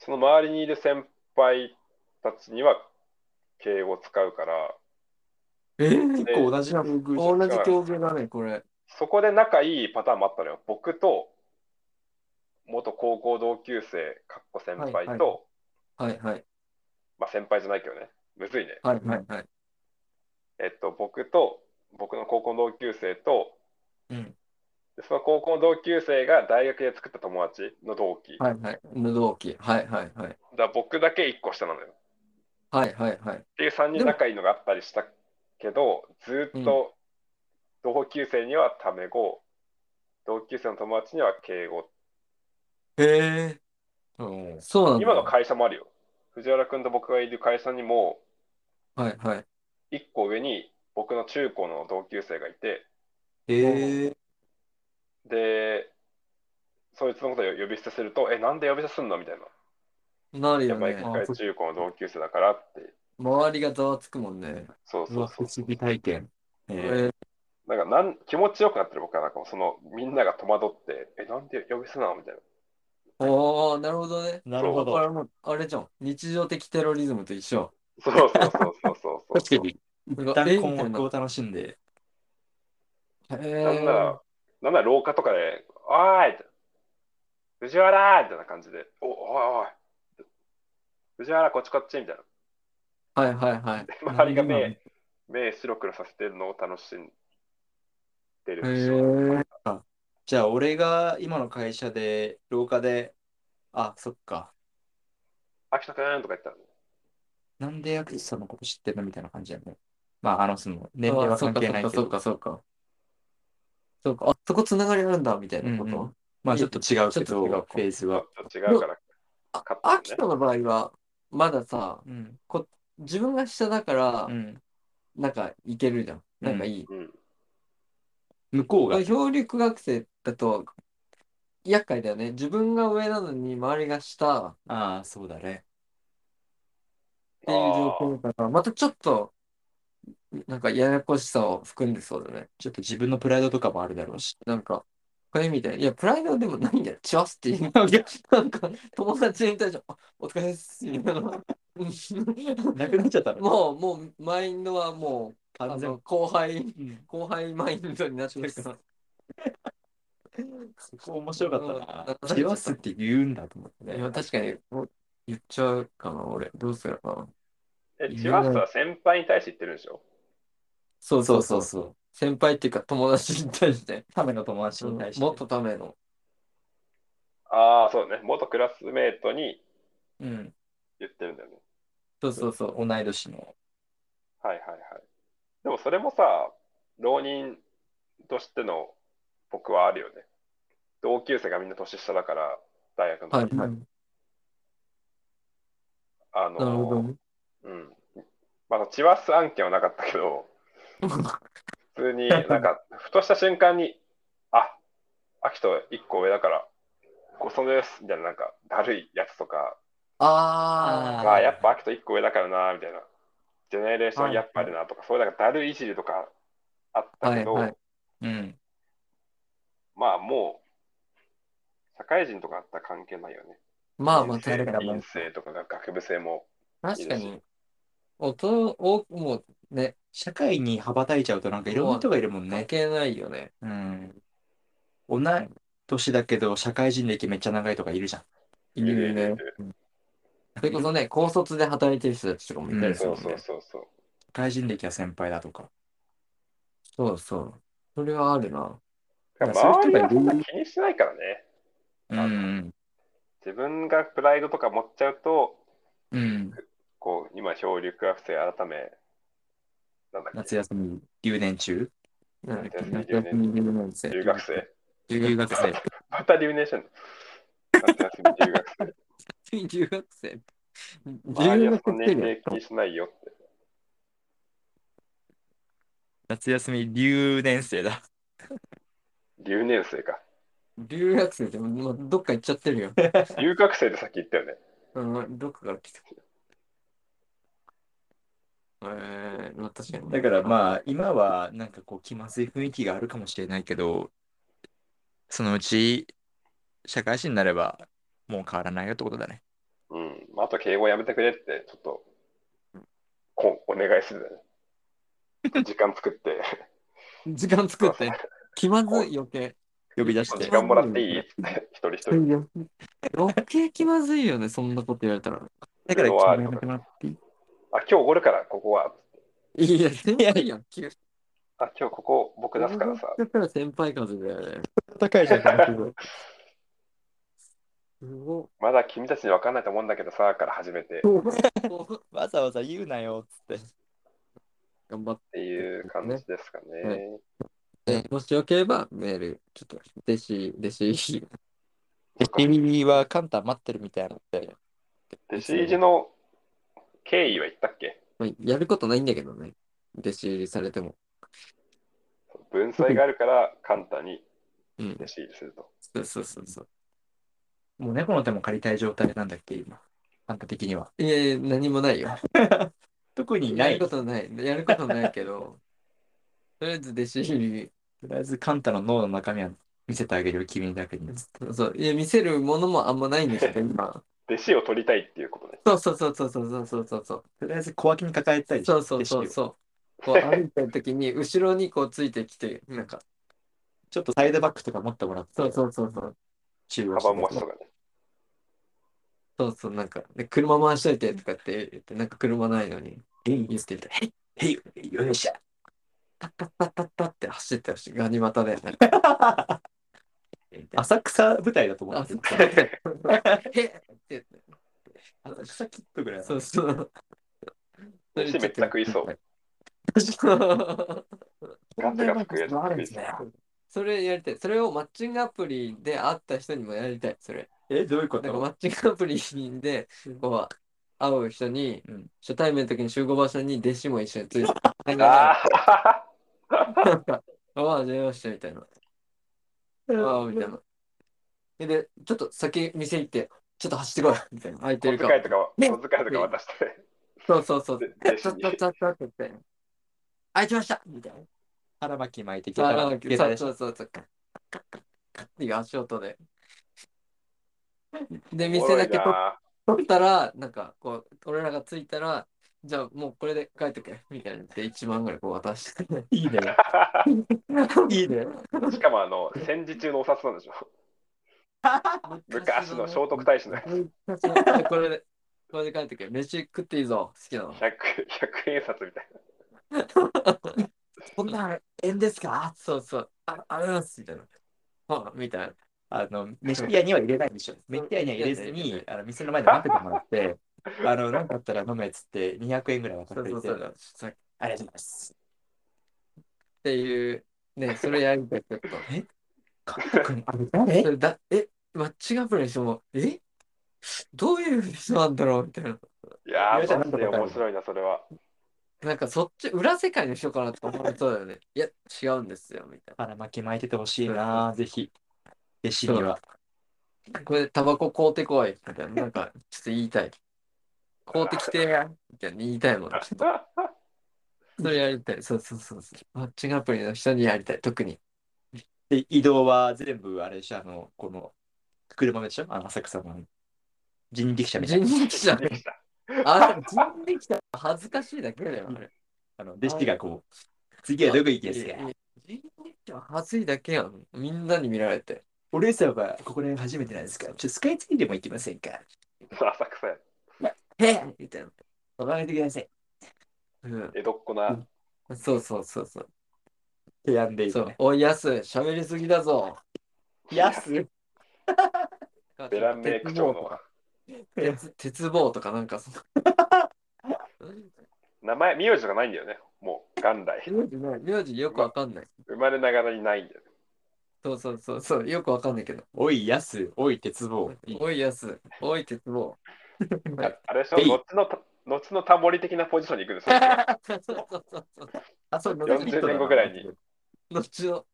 Speaker 2: その周りにいる先輩たちには敬語を使うから、
Speaker 3: え
Speaker 1: 結
Speaker 3: ー
Speaker 1: 構同じ境遇じゃん
Speaker 3: 同じ境遇だねこれ
Speaker 2: そこで仲いいパターンもあったのよ。僕と、元高校同級生、かっこ先輩と、
Speaker 3: はいはいはいはい
Speaker 2: まあ先輩じゃないけどね、むずいね。
Speaker 3: はいはいはい
Speaker 2: えっと、僕と、僕の高校の同級生と、
Speaker 1: うん。
Speaker 2: でその高校の同級生が大学で作った友達の同期。
Speaker 3: はいはいの同期はいはい
Speaker 2: だ
Speaker 3: はい
Speaker 2: から僕だけ1個下なのよ。っ
Speaker 3: はいはいはい
Speaker 2: ていう3人仲いいのがあったりしたけど、ずーっと同級生にはタメ語、同級生の友達には敬語。
Speaker 1: へえ。うん。
Speaker 3: そうなんだ
Speaker 2: 今の会社もあるよ。藤原君と僕がいる会社にも、
Speaker 3: はいはい
Speaker 2: 1個上に僕の中高の同級生がいて、
Speaker 1: へえ。
Speaker 2: で、そいつのことを呼び捨てすると、え、なんで呼び捨てすんのみたいな。
Speaker 3: なる
Speaker 2: や
Speaker 3: よ
Speaker 2: っぱり
Speaker 3: ね
Speaker 2: 一回中高の同級生だからって。
Speaker 3: 周りがざわつくもんね。
Speaker 2: そう
Speaker 1: う
Speaker 2: そ
Speaker 1: わ、
Speaker 2: うそ
Speaker 1: 不
Speaker 2: う。
Speaker 1: 思議体験。え
Speaker 3: え
Speaker 2: なんかなん気持ちよくなってる僕はなんかもうそのみんなが戸惑って、え、なんで呼び捨てなのみたいな。
Speaker 3: ー、おー、なるほどね。
Speaker 1: ー、なるほ
Speaker 3: だか
Speaker 1: ど。
Speaker 3: らもう、あれじゃん。日常的テロリズムと一緒。
Speaker 2: そうそうそうそうそうそう。
Speaker 1: 確かに。
Speaker 3: 一
Speaker 1: 一旦困惑を楽しんで。
Speaker 3: え
Speaker 2: なんなら、なんなら廊下とかで、おーい藤原みたいな感じで、おおいおい藤原こっちこっちみたいな。
Speaker 3: はいはいはい。
Speaker 2: 周りが
Speaker 3: なる
Speaker 2: 目、目白黒させてるのを楽しんでる
Speaker 3: ほど
Speaker 2: でしょ。
Speaker 3: ね
Speaker 1: じゃあ、俺が今の会社で、廊下で、あ、そっか。
Speaker 2: 秋田くんとか言ったら、
Speaker 1: なんで薬師さんのこと知ってるのみたいな感じやね。まあ、あの、その、
Speaker 3: え
Speaker 1: 年齢
Speaker 3: ー。あ
Speaker 1: は
Speaker 3: そう
Speaker 1: 関
Speaker 3: か
Speaker 1: 係ないけ
Speaker 3: そう
Speaker 1: ど、
Speaker 3: かそうかそうか。そうか、あそこつながりあるんだみたいなこ
Speaker 1: うんう
Speaker 3: と。
Speaker 1: まあ、ちょっと違うけ
Speaker 3: ちょっと違う
Speaker 1: ど
Speaker 3: か、
Speaker 1: フェーズ
Speaker 2: ちょ
Speaker 1: は。
Speaker 2: っと違うから、
Speaker 3: あ
Speaker 2: 勝ったね
Speaker 3: 秋田の場合は、まださ、
Speaker 1: うん。
Speaker 3: 自分が下だから
Speaker 1: う、ん。
Speaker 3: なんかいけるじゃん。なんかいい。
Speaker 2: うん。
Speaker 1: 向こうが、
Speaker 3: 漂流学生だと厄介だよね。自分が上なのに周りが下っ
Speaker 1: ああ、そうだね。
Speaker 3: ていう状況だから、またちょっとなんかややこしさを含んでそうだね。
Speaker 1: ちょっと自分のプライドとかもあるだろうし。
Speaker 3: なんか、これみたいな。いや、プライドでもないんだよ。チワスっていう。なんか、友達に対して、あお疲れです。みたいな。うん
Speaker 1: なくなっちゃったの。
Speaker 3: もう、もう、マインドはもう、あ
Speaker 1: 完全
Speaker 3: の、後輩、
Speaker 1: うん
Speaker 3: 後輩マインドになってるから。
Speaker 1: そこ面白かった
Speaker 3: うん
Speaker 1: な。わすって言うんだと思って
Speaker 3: いや、
Speaker 1: ね。
Speaker 3: 確かに、お言っちゃうかな、俺。どうするかな。
Speaker 2: え、チワスは先輩に対して言ってるんでしょ
Speaker 3: そうそうそうそう。先輩っていうか、友達に対して。
Speaker 1: ための友達に対して。
Speaker 3: もっとための。
Speaker 2: ああ、そうね。元クラスメートに
Speaker 1: うん。
Speaker 2: 言ってるんだよね。
Speaker 3: そうそうそう。
Speaker 1: 同い年の。
Speaker 2: はいはいはい。でもそれもさ、浪人としての僕はあるよね。同級生がみんな年下だから、大学の時。
Speaker 3: はいはい。
Speaker 2: あ
Speaker 3: なるほど
Speaker 2: の、。うん。まあ、チワス案件はなかったけど、普通 に、なんか、ふとした瞬間に、あ、秋と一個上だから、ごそのです、みたいな、なんか、だるいやつとか、
Speaker 3: あ
Speaker 1: は
Speaker 2: あ
Speaker 1: い
Speaker 2: やっぱ秋と一個上だからな、みたいな、ジェネレーションやっぱりな、とか、そういうなんか、だるいいじりとかあったけど、
Speaker 3: はいはい
Speaker 1: うん。
Speaker 2: まあ、もう、社会人とかあったら関係ないよね。
Speaker 3: あ、まあまあ、
Speaker 2: 人生
Speaker 3: 確かに
Speaker 2: 人。生とかが学部生も、
Speaker 3: 確か
Speaker 2: いい
Speaker 3: に。大人を、もうね、
Speaker 1: 社会に羽ばたいちゃうとなんかいろんな人がいるもん
Speaker 3: 関
Speaker 1: ね。
Speaker 3: 係ないよね。
Speaker 1: うん。同い年だけど、社会人歴めっちゃ長いとかいるじゃん。
Speaker 3: いるね。それこそね、高卒で働いてる人たちとかもいたりする
Speaker 2: そ
Speaker 3: も
Speaker 2: うん
Speaker 3: ね。
Speaker 2: そうそうそう。
Speaker 1: 社会人歴は先輩だとか。
Speaker 3: そうそう。それはあるな。
Speaker 1: だからそういう人
Speaker 2: 周り
Speaker 1: が
Speaker 2: はい
Speaker 1: る
Speaker 2: そんな気にしないからね。
Speaker 1: うん。
Speaker 2: 自分がプライドとか持っちゃうと、
Speaker 1: うん。
Speaker 2: こう、今、漂流クラフ生改め、なんだっ
Speaker 1: 夏
Speaker 2: け、
Speaker 1: 休み、留年中、
Speaker 3: なんだっけ夏
Speaker 2: 夏休
Speaker 3: 休み
Speaker 2: み
Speaker 3: 留年生。
Speaker 2: 留学生。
Speaker 1: 留学生。
Speaker 2: また留年してんの。夏休み留学生。
Speaker 3: 留学生。
Speaker 2: 周り
Speaker 3: 留
Speaker 2: は
Speaker 3: 学
Speaker 2: そんな年
Speaker 3: 生
Speaker 2: 齢気にしないよって。
Speaker 1: 夏休み、留年生だ。
Speaker 2: 留年生か。
Speaker 3: 留学生って、まあ、どっか行っちゃってるよ。
Speaker 2: 留学生でさっき言ったよね。
Speaker 3: うん、どっかから来てる。えー、まあ確かに。
Speaker 1: だからまあ今はなんかこう気まずい雰囲気があるかもしれないけどそのうち社会人になればもう変わらないよってことだね。
Speaker 2: うん。まああと、敬語やめてくれって、ちょっと、こお願いするね。時間作って、
Speaker 3: 時間作って。気まずい余計。
Speaker 1: 呼び出し
Speaker 2: 時
Speaker 1: て。
Speaker 2: 間もらっていいって、一人一人。
Speaker 3: 余計気まずいよね、そんなこと言われたら。
Speaker 1: だから
Speaker 2: うわ
Speaker 1: 決めてもらっていい
Speaker 2: あ、今日おごるから、ここは。
Speaker 3: いや、いやいや、急
Speaker 2: あ、今日ここ僕出すからさ。
Speaker 3: だから先輩風だよ ね。
Speaker 1: 高いじゃん。
Speaker 3: すご
Speaker 2: まだ君たちに分かんないと思うんだけどさ、から始めてっ
Speaker 3: い。
Speaker 1: わざわざ言うなよっつって。
Speaker 3: 頑張って
Speaker 2: いう感じですかね。
Speaker 3: ねて、もしよければメール、ちょっと、弟子、弟子、
Speaker 1: 君はカンタ待ってるみたいなって。
Speaker 2: 弟子入りの経緯は言ったっけ
Speaker 3: まあやることないんだけどね。弟子入りされても。
Speaker 2: 文才があるから簡単に
Speaker 3: うん。
Speaker 2: 弟子入りすると。
Speaker 3: そうそうそうそう。
Speaker 1: もう猫の手も借りたい状態なんだっけ今。カンタ的には。
Speaker 3: いやいや、何もないよ。
Speaker 1: 特にな
Speaker 3: やる
Speaker 1: い。
Speaker 3: こととない。やることないけど、とりあえず弟子入
Speaker 1: りあえずカンタの脳の中身は見せてあげるよ君だけに。
Speaker 3: り、そう、いや、見せるものもあんまないん ですけど、今。
Speaker 2: 弟子を取りたいっていうことね。
Speaker 3: そうそうそうそうそうそうそうそう。
Speaker 1: とりあえず小脇に抱えたい
Speaker 3: そうそうそう
Speaker 1: ち
Speaker 3: そう。こう歩いてる時に後ろにこうついてきて、なんか、
Speaker 1: ょっとサイドバックとか持ってもらって。
Speaker 3: そうそうそうそう、
Speaker 1: 中
Speaker 2: カバン持ちとかね。
Speaker 3: そうそう、なんか、で車回しといてとかって言って、なんか車ないのに、言ってて、
Speaker 1: へい、よいしょ。
Speaker 3: タッタッタッタッって走ってたし、ガニ股で、な んか、
Speaker 1: 浅草舞台だと思
Speaker 3: あ
Speaker 1: っ
Speaker 3: そ
Speaker 1: て
Speaker 3: う
Speaker 1: る。
Speaker 3: へっって言って、
Speaker 1: 浅草キットぐらい
Speaker 3: そうそう。
Speaker 2: 弟子めっちゃ食いそう。ガツガツ食える
Speaker 1: あるんですね。
Speaker 3: それやりたい。それをマッチングアプリで会った人にもやりたい。それ。
Speaker 1: え、どういうこ
Speaker 3: なんか
Speaker 1: と
Speaker 3: マッチングアプリで、こう、会う人に
Speaker 1: うん、
Speaker 3: 初対面の時に集合場所に弟子も一緒について、なん
Speaker 2: あ
Speaker 3: か、
Speaker 2: あ
Speaker 3: なんか、ああ、出ましたみたいな。ああ、みたいな。で、ちょっと先店行って、ちょっと走ってこい、みたいな。空いて
Speaker 2: 小
Speaker 3: る
Speaker 2: 遣
Speaker 3: か。
Speaker 2: いとか、小遣いとか渡して、
Speaker 3: そうそうそう。
Speaker 2: で
Speaker 3: ちょ
Speaker 2: 弟
Speaker 3: っ
Speaker 2: 子に
Speaker 3: とちょっとちょっとって。
Speaker 1: 開いてましたみたいな。腹巻き巻いてきた
Speaker 3: あ
Speaker 1: ら、
Speaker 3: なん
Speaker 1: 下
Speaker 3: か
Speaker 1: 駄
Speaker 3: そう
Speaker 1: でし
Speaker 3: そうそうそう。カッカッカッカッっていう足音で。で、店だけ
Speaker 2: おもろい
Speaker 3: 取
Speaker 2: な
Speaker 3: 取ったら、なんかこう、俺らが着いたら、じゃあもうこれで帰ってけ、みたいなって1万ぐらいこう渡 して。
Speaker 1: いいね。
Speaker 3: いいね。
Speaker 2: しかもあ の戦時中のお札なんでしょ昔の聖徳太子のやつ
Speaker 3: 昔のこれで、これで帰ってけ、飯食っていいぞ、好 きなの。
Speaker 2: 100, 100円札みたい
Speaker 1: こんなん円ですか
Speaker 3: そうそう、あ、ありがとうございます、みたいな。あ、みたいな。
Speaker 1: あの、飯屋には入れないんでしょ。飯屋には入れず
Speaker 3: 入れ
Speaker 1: に
Speaker 3: て、
Speaker 1: あの店の前で待っててもらって、あの、なんかあったら飲めっつって200円ぐらい渡
Speaker 3: そ
Speaker 1: っ
Speaker 3: う
Speaker 1: て
Speaker 3: そ
Speaker 1: いうて、
Speaker 3: そうそう。っ
Speaker 1: ありがとうございます。
Speaker 3: ていう、ね、それやりたい、ちょっと。
Speaker 1: カッ君、あれ誰
Speaker 3: それだえ、マッチングアプリにしても、えどういう人なんだろうみたいな。
Speaker 2: な。いや
Speaker 1: いやじゃあ
Speaker 2: ー、マジで面白いな、それは。
Speaker 3: なんかそっち、裏世界の人かなとか思われそうだよね。いや、違うんですよ、みたい
Speaker 1: 腹巻き巻いててほしいな、ぜひ。弟子には。
Speaker 3: な。これ、タバコ買うてこい、みたいな。なんか、ちょっと言いたい。買うてきてや、みたいな言いたいもん。ちょっとそれやりたい。そうそうそうそう。マッチングアプリの人にやりたい、特に。
Speaker 1: で、移動は全部、あれでしょ、あの、この、車でしょあの、浅草の。人力車みたい
Speaker 3: 人
Speaker 1: な。
Speaker 3: 力 車ね。
Speaker 2: できた
Speaker 3: あれ、人力車恥ずかしいだけだよ、あれ。
Speaker 1: あの、弟子がこう、次はどこ行きです
Speaker 3: いやい
Speaker 1: か
Speaker 3: や人力車恥ずいだけやん。みんなに見られて。
Speaker 1: 俺さんはここら辺初めてなんですかちょっとスカイツリーでも行きませんか
Speaker 2: 浅草や。
Speaker 3: へえみたいな。
Speaker 1: お上げてください。っ
Speaker 3: うん
Speaker 2: 江戸っ子な。
Speaker 3: そうそうそうそう。
Speaker 1: てやんでいい
Speaker 3: そ
Speaker 1: ね
Speaker 3: う。おい、やす、喋りすぎだぞ。
Speaker 1: やす
Speaker 2: ベランメイク長の。
Speaker 3: 鉄鉄棒とかなんかその。
Speaker 2: 名前、名字がないんだよね。もう、元来。
Speaker 3: 名字ね名字よくわかんない。
Speaker 2: 生まれながらにないんだよね。
Speaker 3: そうそうそうそう、よくわかんないけど。
Speaker 1: おい、やす、おい、鉄棒。いい
Speaker 3: おいやす、おい鉄棒。
Speaker 2: あれでしょ
Speaker 1: えい
Speaker 2: 後のた、後のタモリ的なポジションに行くんですよ。
Speaker 3: そうそうそうそう。あ、そう、
Speaker 2: 40年後ぐらいに。
Speaker 3: 後の。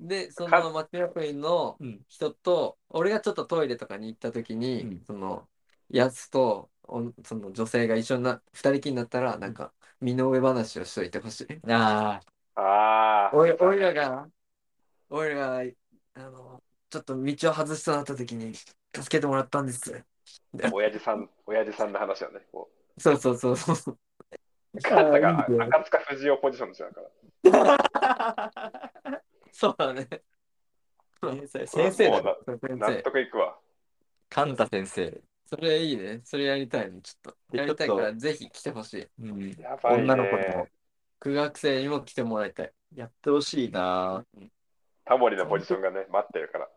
Speaker 3: で、そのマッチングアプリの
Speaker 1: うん。
Speaker 3: 人と、俺がちょっとトイレとかに行った時に、
Speaker 1: うん
Speaker 3: その、やすと、おその女性が一緒にな、二人きりになったら、なんか、身の上話をしといてほしい。
Speaker 1: ああ、
Speaker 2: ああ。
Speaker 3: おい、おいらが、おいらが、あの、ちょっと道を外しそうになった時に、助けてもらったんです。
Speaker 2: 親父さん、親父さんの話はね。こ
Speaker 3: そうそうそうそう。
Speaker 2: う肩が
Speaker 1: あーいいね
Speaker 2: 赤塚不二夫ポジションですよ。だから
Speaker 3: そうだね。
Speaker 1: 先生だ。
Speaker 2: も
Speaker 3: 先
Speaker 2: うな納
Speaker 3: 生。
Speaker 2: 得いくわ。
Speaker 1: 神田先生。
Speaker 3: それいいね。それやりたいね。ちょっと。
Speaker 1: で
Speaker 3: やりたい
Speaker 1: ちょ
Speaker 3: か
Speaker 1: っと
Speaker 3: ら、ぜひ来てほしい。
Speaker 1: うん。
Speaker 2: やばいね。
Speaker 1: 女の子の
Speaker 3: 苦学生にも来てもらいたい。
Speaker 1: やってほしいな。
Speaker 2: タモリのポジションがね、待ってるから。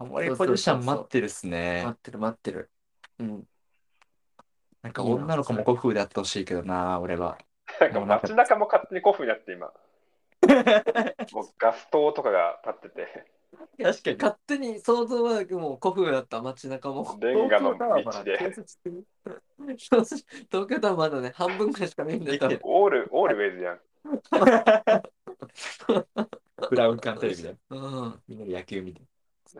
Speaker 1: あまりポジション待ってるっす
Speaker 3: 待
Speaker 1: ね
Speaker 3: っ。てる、待ってる。うん。
Speaker 1: なんか女の子も古風であってほしいけどな、俺は。
Speaker 2: なんか街中も勝手に古風になって今。もうガス灯とかが立ってて、
Speaker 1: 確かに。
Speaker 3: 勝手に想像はもう古風だった街中も。
Speaker 2: レンガの道で、
Speaker 3: 東京タワーまだね、半分くらいしかないんだよ。
Speaker 2: オール、オールウェイズやん。
Speaker 1: ブラウン管テレビで。
Speaker 3: うん。
Speaker 1: みんなで野球見て。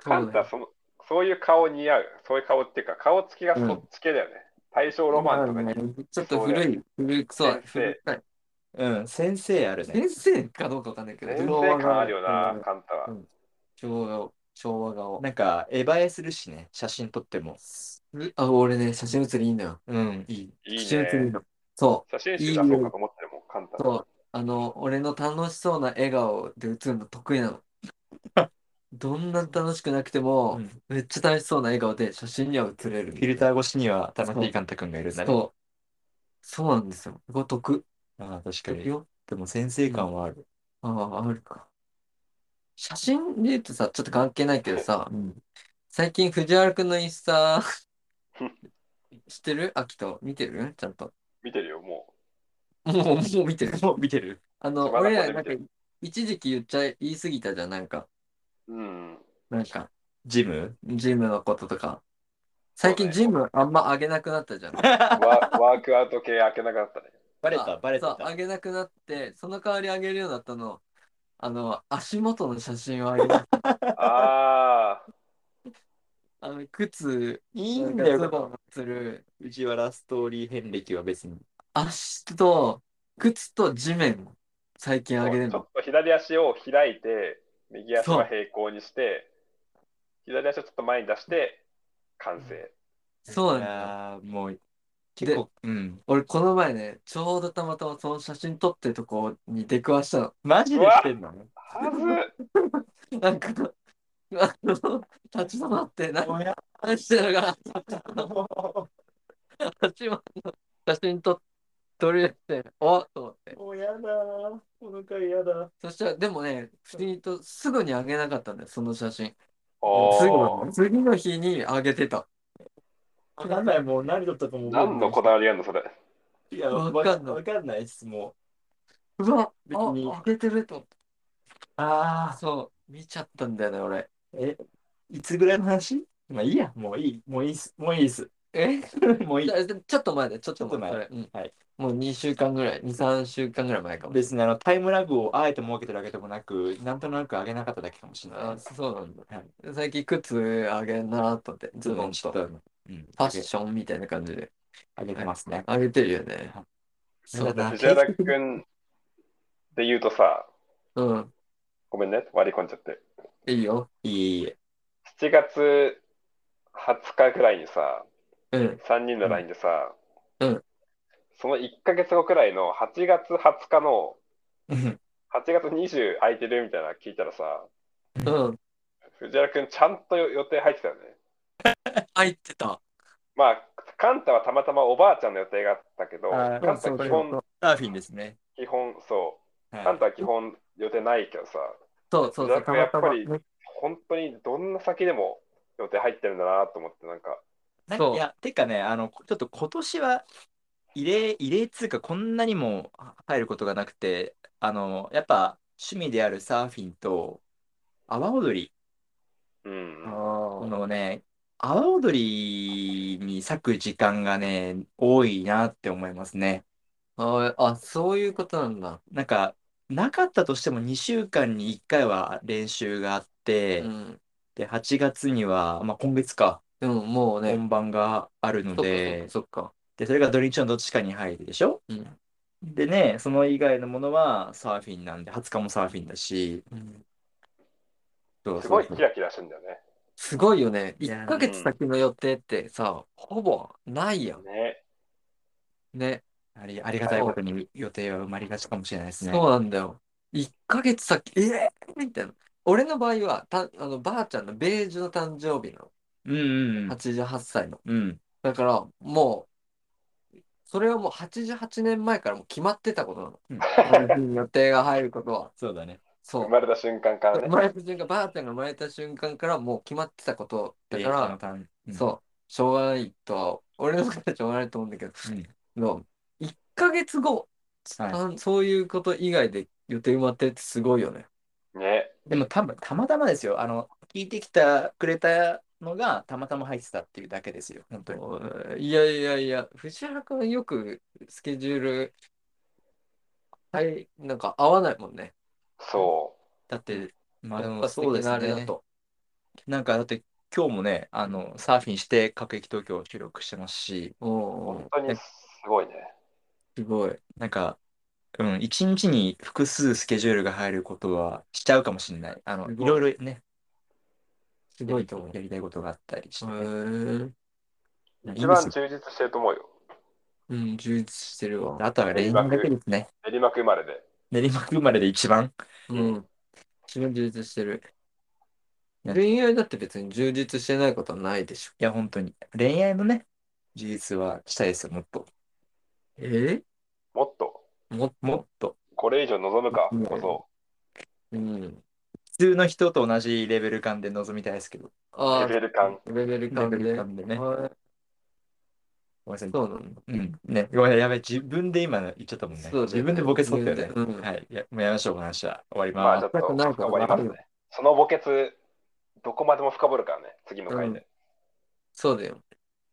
Speaker 2: カンタその、そういう顔似合う。そういう顔っていうか、顔つきがそっち系だよね。大正ロマンとかに。
Speaker 3: ちょっと古い、古くそう。
Speaker 2: 先
Speaker 1: うん、先生あるね。
Speaker 3: 先生かどうかわかんないけど、
Speaker 2: 全然感あるよな、カンタは
Speaker 3: うん。昭和昭和顔。
Speaker 1: なんか、映えするしね、写真撮っても。
Speaker 3: あ、俺ね、写真写りいいんだよ。
Speaker 1: うん、いい。
Speaker 2: いいね。
Speaker 3: 写真写りいいの。そ
Speaker 2: 写真集出そうかと思ってるもん、カンタ
Speaker 3: う、。そう。あの、俺の楽しそうな笑顔で写るの得意 なの。どんな楽しくなくて
Speaker 1: う
Speaker 3: も、
Speaker 1: ん
Speaker 3: めっちゃ楽しそうな笑顔で写真には写れる
Speaker 1: フ。ィルター越しには楽しいカンタ君がいるんだね。
Speaker 3: そう。そうなんですよ。これ得。
Speaker 1: ああ、確か
Speaker 3: 得
Speaker 1: に。
Speaker 3: よ。
Speaker 1: でも先生感はある。
Speaker 3: ああ、あるか。写真で言うとさ、ちょっと関係ないけどさ、最近藤原くんのインス タ、知ってるアキト、見てるちゃんと。
Speaker 2: 見てるよ、も
Speaker 3: もう、もう見てる。
Speaker 1: もう見てる。
Speaker 3: あの、
Speaker 2: まだ
Speaker 3: 俺ら、
Speaker 2: これ見
Speaker 3: なん
Speaker 2: て
Speaker 3: か
Speaker 2: る、
Speaker 3: 一時期言っちゃ言い過ぎたじゃん、なんか、
Speaker 2: う。うん。
Speaker 3: なんか、
Speaker 1: ジ ム
Speaker 3: ジムのこととか。最近
Speaker 2: そう
Speaker 3: ジムあんま上げなくなったじゃん。
Speaker 2: ワワークアウト系開けなかったね。
Speaker 1: バレた、バレ
Speaker 3: そう
Speaker 1: た。、
Speaker 3: 上げなくなって、その代わり上げるようになったの、あの、足元の写真を上げる。
Speaker 2: ああ、
Speaker 3: あの、靴、
Speaker 1: い
Speaker 3: い
Speaker 1: いんだ
Speaker 3: ズボン
Speaker 1: よ。
Speaker 3: がつる、
Speaker 1: 藤原ストーリー遍歴は別に。
Speaker 3: 足と、靴と地面を最近上げてん
Speaker 2: ちょ
Speaker 3: の
Speaker 2: っ。と左足を開いて、右足は平行にして、左足をちょっと前に出して、完成。
Speaker 3: そうなん
Speaker 1: い
Speaker 3: だよ。
Speaker 1: やーもう、結構、うん。
Speaker 3: 俺この前ね、ちょうどたまたまその写真撮ってるとこに出くわしたの。
Speaker 1: マジで来てんの
Speaker 2: はず
Speaker 3: なんか、あの、立ち止まって、なんか
Speaker 1: や
Speaker 3: 話してるのが、
Speaker 1: も
Speaker 3: 立ち止まって写真撮っ撮り出して、おっと思って。
Speaker 1: うやだこの回やだ
Speaker 3: そしたら、でもね、不思議とすぐにあげなかったんだよ、その写真。
Speaker 2: おー
Speaker 3: 次次の日にあげてた。
Speaker 1: わかんないもう何だったかも覚えてない
Speaker 2: 何のこだわりがあるの、それ。
Speaker 1: いや
Speaker 3: わ
Speaker 1: わか
Speaker 3: かん
Speaker 1: ん
Speaker 3: ない
Speaker 1: わかんないっすも
Speaker 3: うわ、
Speaker 1: 別
Speaker 3: あ
Speaker 1: に
Speaker 3: あげてると思っ
Speaker 1: う
Speaker 3: て。
Speaker 1: あ
Speaker 3: そう、見ちゃったんだよね、俺。
Speaker 1: ーいつぐらいの話まあいいやもういいもういいっすもういいっす
Speaker 3: え
Speaker 1: もういい
Speaker 3: じゃあちょっと前で、ちょっと前。
Speaker 1: ちょっと前
Speaker 3: それうん
Speaker 1: はい
Speaker 3: もう2週間ぐらい、2、3週間ぐらい前かも。
Speaker 1: 別にあのタイムラグをあえて設けてるわけでもなくなんとなく上げなかっただけかもしれない
Speaker 3: あ、
Speaker 1: です
Speaker 3: そうなんだ。
Speaker 1: はい
Speaker 3: 最近靴あげんなと思って、ズボン
Speaker 1: ちょ
Speaker 3: と
Speaker 1: っ
Speaker 3: フ
Speaker 1: とうん
Speaker 3: ァッションみたいな感じで
Speaker 1: 上げてますね
Speaker 3: あげてるよね
Speaker 1: はい。
Speaker 3: そうだ。
Speaker 2: 藤原くんで言うとさ、
Speaker 3: うん、
Speaker 2: ごめんね、割り込んじゃって。
Speaker 3: いいよ。
Speaker 1: いい
Speaker 2: 7月20日ぐらいにさ、
Speaker 3: うん、
Speaker 2: 3人の LINE でさ、
Speaker 3: うん
Speaker 2: その1ヶ月後くらいの8月20日の
Speaker 1: うん
Speaker 2: 8月20空いてるみたいなの聞いたらさ、
Speaker 3: うん。
Speaker 2: 藤原くんちゃんと予定入ってたよね。
Speaker 3: 入ってた。
Speaker 2: まあ、カンタはたまたまおばあちゃんの予定があったけど、
Speaker 1: あー
Speaker 2: カンタ
Speaker 3: そうそう
Speaker 2: 基本、
Speaker 1: サーフィンですね
Speaker 2: 基本、そう、カ
Speaker 1: は
Speaker 2: ンタは基本予定ないけどさ、
Speaker 3: そうそうそう、たまたま。
Speaker 2: やっぱ本当にどんな先でも予定入ってるんだなと思って、なんか、
Speaker 1: いなん
Speaker 3: そう
Speaker 1: かいやてかねあのちょっと今年は異例異例っつうかこんなにも入ることがなくてあのやっぱ趣味であるサーフィンと阿波踊り
Speaker 2: うん。
Speaker 1: こ
Speaker 3: あ
Speaker 1: のね、阿波踊りに割く時間がね、多いなって思いますね。
Speaker 3: ーあ、そういうことなんだ。
Speaker 1: なんか、なかったとしても2週間に1回は練習があっ
Speaker 3: う
Speaker 1: て、
Speaker 3: ん。
Speaker 1: で、8月には、まあ、今月か、
Speaker 3: でももうね、
Speaker 1: 本番があるの
Speaker 3: そっか
Speaker 1: で、
Speaker 3: そっか
Speaker 1: で、それが土日のどっちかに入るでしょ
Speaker 3: そっか。
Speaker 1: でね、その以外のものはサーフィンなんで、20日もサーフィンだし、
Speaker 3: うん。うん
Speaker 1: そう
Speaker 2: す
Speaker 1: そ
Speaker 2: ご
Speaker 1: う
Speaker 2: い
Speaker 1: そう
Speaker 2: キラキラしてんだよね。
Speaker 3: すごいよね。
Speaker 1: いや
Speaker 3: 1ヶ月先の予定ってさ、ほぼないやん。
Speaker 2: ね。
Speaker 3: ね。
Speaker 1: あり、ありがたいことに予定は埋まりがちかもしれないですね。
Speaker 3: そうなんだよ。1ヶ月先、ええみたいな。俺の場合は、た、あの、ばあちゃんのベージュの誕生日な
Speaker 1: うんうん
Speaker 3: の。88歳の。
Speaker 1: うん。うん。
Speaker 3: だから、もう、それはもう88年前からもう決まってたこ となの。
Speaker 1: うん
Speaker 3: この日に予定が入ることは。
Speaker 1: そうだね。
Speaker 3: そ
Speaker 2: 生
Speaker 3: う。
Speaker 2: まれた瞬間から
Speaker 3: 生
Speaker 2: ね。
Speaker 3: まれた瞬間、ばあちゃんが生まれた瞬間からもう決まってたことだから、
Speaker 1: うん
Speaker 3: そう、しょうがないとは、俺の中ではしょうがないと思うんだけど、
Speaker 1: うん
Speaker 3: の1ヶ月後、
Speaker 1: はい
Speaker 3: あそういうこと以外で予定埋まってるってすごいよね。
Speaker 2: ね。
Speaker 1: でも多分たまたまですよ。あの、聞いてきたくれたのがたまたま入ってたっていうだけですよ。本当に。
Speaker 3: いやいやいや、藤原君はよくスケジュール、はい、なんか合わないもんね。
Speaker 2: そ
Speaker 1: だって、まあで
Speaker 3: やっ
Speaker 1: も
Speaker 3: ぱ
Speaker 1: そうで
Speaker 3: 素敵な
Speaker 1: す
Speaker 3: あれだ
Speaker 1: ね。
Speaker 3: と。
Speaker 1: なんかだって今日もね、あの、サーフィンして、各駅東京を収録してますし、
Speaker 2: う。
Speaker 3: お
Speaker 2: 本
Speaker 3: ー
Speaker 2: 当にすごいね。
Speaker 3: すごい。
Speaker 1: なんか、うん、一日に複数スケジュールが入ることはしちゃうかもしれない。あの、
Speaker 3: す
Speaker 1: い
Speaker 3: ごい
Speaker 1: ろいろね、
Speaker 3: すごいと思う。
Speaker 1: やりたいことがあったりして。
Speaker 3: へー
Speaker 1: いい
Speaker 2: 一
Speaker 1: で
Speaker 2: 番
Speaker 1: すよ。
Speaker 2: 充実してると思うよ。
Speaker 3: うん、充実してるわ。
Speaker 1: あとは練習だけですね。
Speaker 2: 練馬区生まれで。
Speaker 1: 練馬区生まれで一番。
Speaker 3: うん。一番充実してる。
Speaker 1: ね
Speaker 3: 恋愛だって別に充実してないことはないでしょ。
Speaker 1: いや、本当に。恋愛のね、事実はしたいですよ、もっと。
Speaker 3: え
Speaker 2: もっと、
Speaker 3: も、
Speaker 1: もっと。
Speaker 2: これ以上望むか
Speaker 3: うん
Speaker 2: こそ。
Speaker 3: うん。
Speaker 1: 普通の人と同じレベル感で臨みたいですけど。
Speaker 3: あ
Speaker 2: レベル感。
Speaker 3: あ、レベル
Speaker 1: レ
Speaker 3: 感
Speaker 1: ベ
Speaker 3: で。
Speaker 1: ル感でね。
Speaker 3: はい
Speaker 1: ごめんなさい。
Speaker 3: そうなんだ。
Speaker 1: うん。ね。ごめんなさい。やべ、自分で今言っちゃったもんね。
Speaker 3: そうだよね
Speaker 1: 自分でボケそうだよね。
Speaker 3: 自分でうん
Speaker 1: はい。や、もうやめましょう、この話は。終わり
Speaker 2: ま
Speaker 1: ま
Speaker 2: あち
Speaker 1: す
Speaker 2: ょ。っと
Speaker 3: 深くないこと
Speaker 2: 終わります
Speaker 3: わか
Speaker 2: ね。その墓穴、どこまでも深掘るからね。次の回で。
Speaker 3: そうだよ。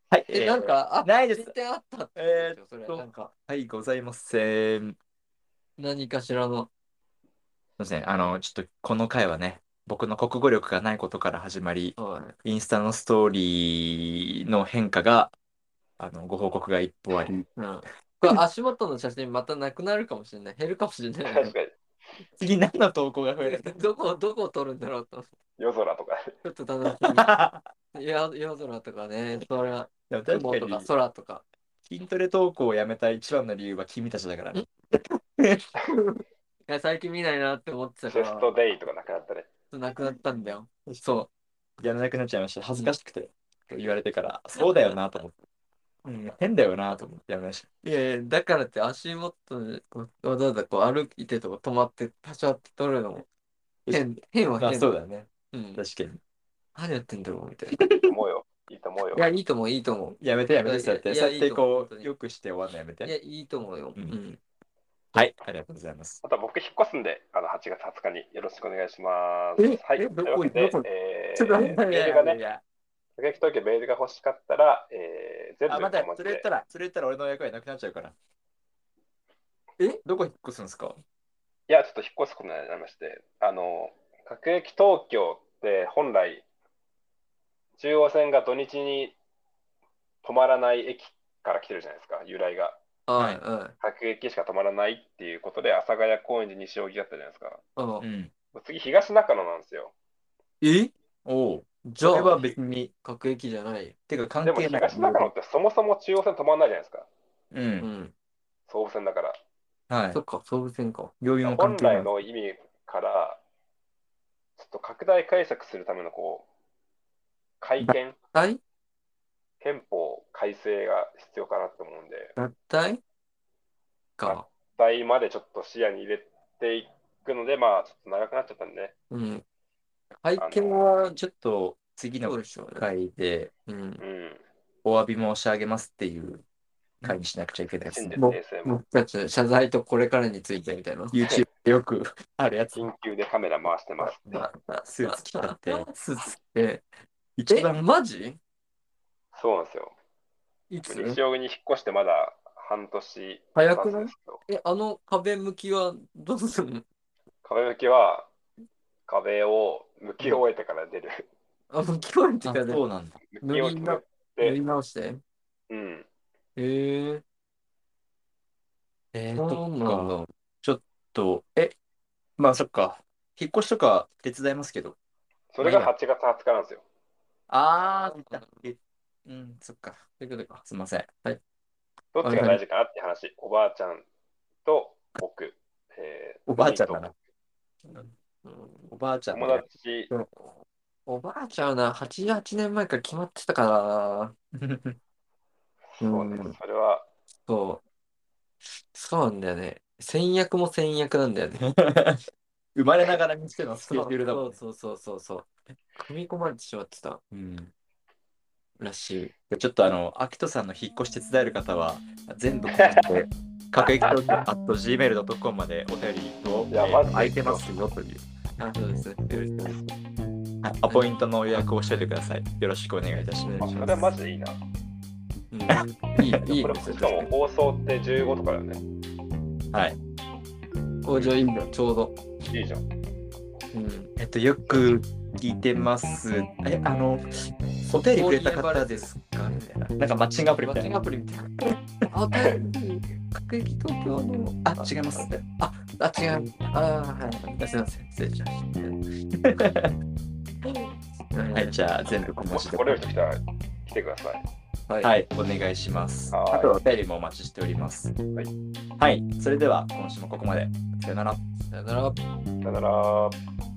Speaker 1: はい。
Speaker 3: え、
Speaker 1: え
Speaker 3: なんか、あ、
Speaker 1: ないです
Speaker 3: 進展あったって
Speaker 1: え
Speaker 3: ことでしょそ
Speaker 1: と
Speaker 3: れなんか、
Speaker 1: はい、ございません。すい
Speaker 3: 何かしらの。
Speaker 1: ません。あの、ちょっとこの回はね、僕の国語力がないことから始まり、
Speaker 3: は
Speaker 1: インスタのストーリーの変化が、あの、ご報告が一歩あり、
Speaker 3: い。うん。これ足元の写真またなくなるかもしれない。減るかもしれない
Speaker 2: 確かに。
Speaker 1: 次何の投稿が増える
Speaker 3: ね。どこ、どこを撮るんだろうと。
Speaker 2: 夜空とかね。
Speaker 3: ちょっと楽 しみ。夜夜空とかね、それは
Speaker 1: でも確
Speaker 3: 雲
Speaker 1: か
Speaker 3: とか
Speaker 1: に
Speaker 3: 空と か。
Speaker 1: 筋トレ投稿をやめた一番の理由は君たちだからね。
Speaker 3: いや最近見ないなって思ってた
Speaker 2: チ
Speaker 3: か
Speaker 2: ェ
Speaker 3: ら、
Speaker 2: ストデイとかなくなったね。
Speaker 3: なくなったんだよ。そ
Speaker 1: やらなくなっちゃいました。恥ずかしくて。と言われてから、そうだよなと思って。うん、変だよなと思ってやめました。
Speaker 3: う。いやいや、だからって足元でこうわざわざこう歩いてとか止まってパシャって撮るのも変、変は
Speaker 1: まあ
Speaker 3: 変
Speaker 1: そうだよね。
Speaker 3: うん。
Speaker 1: 確かに。
Speaker 3: 何やってんだろうみたいな。
Speaker 2: い
Speaker 3: い
Speaker 2: いと思う よ。いいと思うよ。
Speaker 3: や、いいと思う、いいと思
Speaker 1: やめてやめてそうやって。
Speaker 3: い
Speaker 1: そう
Speaker 3: や
Speaker 1: やっ
Speaker 3: いやい
Speaker 1: て
Speaker 3: いと
Speaker 1: こ
Speaker 3: 思う本当
Speaker 1: う、
Speaker 3: に
Speaker 1: よくして終わるのやめ
Speaker 3: う。い
Speaker 1: て。
Speaker 3: や、いいと思うよ。
Speaker 1: う
Speaker 3: うんん。
Speaker 1: はい、ありがとうございます。
Speaker 2: あと僕引っ越すんで、あの8月20日によろしくお願いします。
Speaker 3: え
Speaker 2: はい、
Speaker 3: えどこと
Speaker 2: いうわけで
Speaker 3: どこ、
Speaker 2: え
Speaker 3: ちょっと待っ
Speaker 2: ー、
Speaker 3: て
Speaker 2: メールが
Speaker 1: い
Speaker 2: ね、
Speaker 1: や
Speaker 2: 竹内東京メールが欲しかったら、えー、全部
Speaker 1: あ、また
Speaker 2: 小文、字
Speaker 1: それ言
Speaker 2: で
Speaker 1: ったら、それ言ったら俺の役割なくなっちゃうから。
Speaker 3: え
Speaker 1: どこ引っ越すんですか
Speaker 2: いや、ちょっと引っ越すことになりまして、あの、各駅東京って本来、中央線が土日に止まらない駅から来てるじゃないですか、由来が。
Speaker 1: は
Speaker 3: はいい、は
Speaker 2: 各駅しか止まらないっていうことで、阿佐ヶ谷高円寺西荻だったじゃないですか。
Speaker 3: い。うん
Speaker 1: うん。
Speaker 2: 次、東中野なんですよ。
Speaker 3: え
Speaker 1: おう。
Speaker 3: じ
Speaker 1: そ
Speaker 3: ゃ
Speaker 1: れは
Speaker 3: あ、
Speaker 1: 別に、
Speaker 3: 各駅じゃないよ。
Speaker 1: てか関
Speaker 2: でも
Speaker 1: 係ない。
Speaker 2: 東中野ってそもそも中央線止まらないじゃないですか。
Speaker 1: う。
Speaker 3: うんん。
Speaker 2: 総武線だから。
Speaker 1: はい
Speaker 3: そ。っか、総武線か。
Speaker 1: 病院も関
Speaker 2: 本
Speaker 1: 係な
Speaker 2: 来
Speaker 1: い。
Speaker 2: の意味から、ちょっと拡大解釈するためのこう、改憲、
Speaker 3: はい
Speaker 2: 憲法改正が必要かなと思うんで、
Speaker 3: 脱退か。
Speaker 2: 大までちょっと視野に入れていくので、まあ、ちょっと長くなっちゃったんでね、
Speaker 3: うん。
Speaker 1: 会見はちょっと次
Speaker 3: そう
Speaker 1: の
Speaker 3: でしょうね。
Speaker 1: 回で
Speaker 3: うん
Speaker 2: う。ん、
Speaker 1: お詫び申し上げますっていう回にしなくちゃいけないやつ
Speaker 2: 真
Speaker 1: ね
Speaker 2: 実。冷静も
Speaker 3: 僕たち謝罪とこれからについてみたいな。
Speaker 1: YouTube でよく あるやつ。
Speaker 2: 緊急でカメラ回してます。
Speaker 1: スーツ着たって。
Speaker 3: スーツ着て。
Speaker 1: 一
Speaker 3: え、
Speaker 1: 番
Speaker 3: マジ
Speaker 2: そうなんですよ。
Speaker 3: いつ
Speaker 2: 西荻に引っ越してまだ半年
Speaker 3: 早
Speaker 2: 経
Speaker 3: く
Speaker 2: つん
Speaker 3: ない
Speaker 2: ですけど、
Speaker 3: え、あの壁向きはどうするの
Speaker 2: 壁向きは壁を向き終えてから出る。
Speaker 3: あ、向き終えて
Speaker 1: あ
Speaker 3: から
Speaker 1: そ
Speaker 3: 塗
Speaker 1: うなんだ。
Speaker 2: 向き終えてから出
Speaker 3: り
Speaker 2: る。
Speaker 3: 直して。
Speaker 2: うん。
Speaker 3: へえ
Speaker 1: え
Speaker 3: ー、そうなんだ。
Speaker 1: と、え、まあそっか。引っ越しとか手伝いますけど。
Speaker 2: それが8月20日なんですよ。
Speaker 1: あ
Speaker 3: ー
Speaker 1: うん、そっか。
Speaker 3: ということか。
Speaker 1: すいません。
Speaker 2: どっちが大事かなって話。おばあちゃんと僕。えー
Speaker 1: おばあちゃんだな。
Speaker 3: うん
Speaker 1: おばあちゃんだ
Speaker 2: 友
Speaker 1: ね
Speaker 2: 達、
Speaker 3: おばあちゃんはな、88年前から決まってたからな。
Speaker 2: そうね
Speaker 3: うん。
Speaker 2: それは、
Speaker 3: そう。そうなんだよね。戦略も戦略なんだよね。
Speaker 1: 生まれながら見つけたスケジュールだもんね。
Speaker 3: そうそうそうそうそう。組み込まれてしまってた
Speaker 1: うん
Speaker 3: らしい。
Speaker 1: ちょっとあの、アキトさんの引っ越し手伝える方は、全部ここで、各駅東京 at gmail.com までお便りを、
Speaker 2: いや
Speaker 1: えー
Speaker 2: マジで
Speaker 1: 空いてますよという、
Speaker 3: あ、そうですね。よろしくお願いします
Speaker 1: はいアポイントの予約をしておいてください。よろしくお願いいたし
Speaker 2: あ
Speaker 1: ます。
Speaker 2: それはマジでいいな。
Speaker 3: うんいい、いい
Speaker 2: これ
Speaker 3: です
Speaker 2: し
Speaker 3: よ。
Speaker 2: かも放送って15とかだよね。
Speaker 1: はい。
Speaker 3: 工場いいんだよ、ちょうど。
Speaker 2: いいじゃん。
Speaker 3: うん。
Speaker 1: えっと、よく聞いてます。え、あの、お便りくれた方ですかみたいな。なんかマッチングアプリみたいな。
Speaker 3: マッチングアプリみたいな。あ、 各駅東京の。
Speaker 1: あ、違います。
Speaker 3: あ、違う。あ、はい。すみません。失礼しました。
Speaker 1: はい、じゃあ全部小
Speaker 2: も
Speaker 1: 文
Speaker 2: し
Speaker 1: 字で。
Speaker 2: 来れる人来たら来てください。
Speaker 3: はい。
Speaker 1: は
Speaker 3: はい。
Speaker 1: い、お願いします。
Speaker 2: はい
Speaker 1: あとはお便りもお待ちしております。
Speaker 2: はい
Speaker 1: はい、それでは今週もここまで。さよなら。
Speaker 3: さよなら。
Speaker 2: さよなら。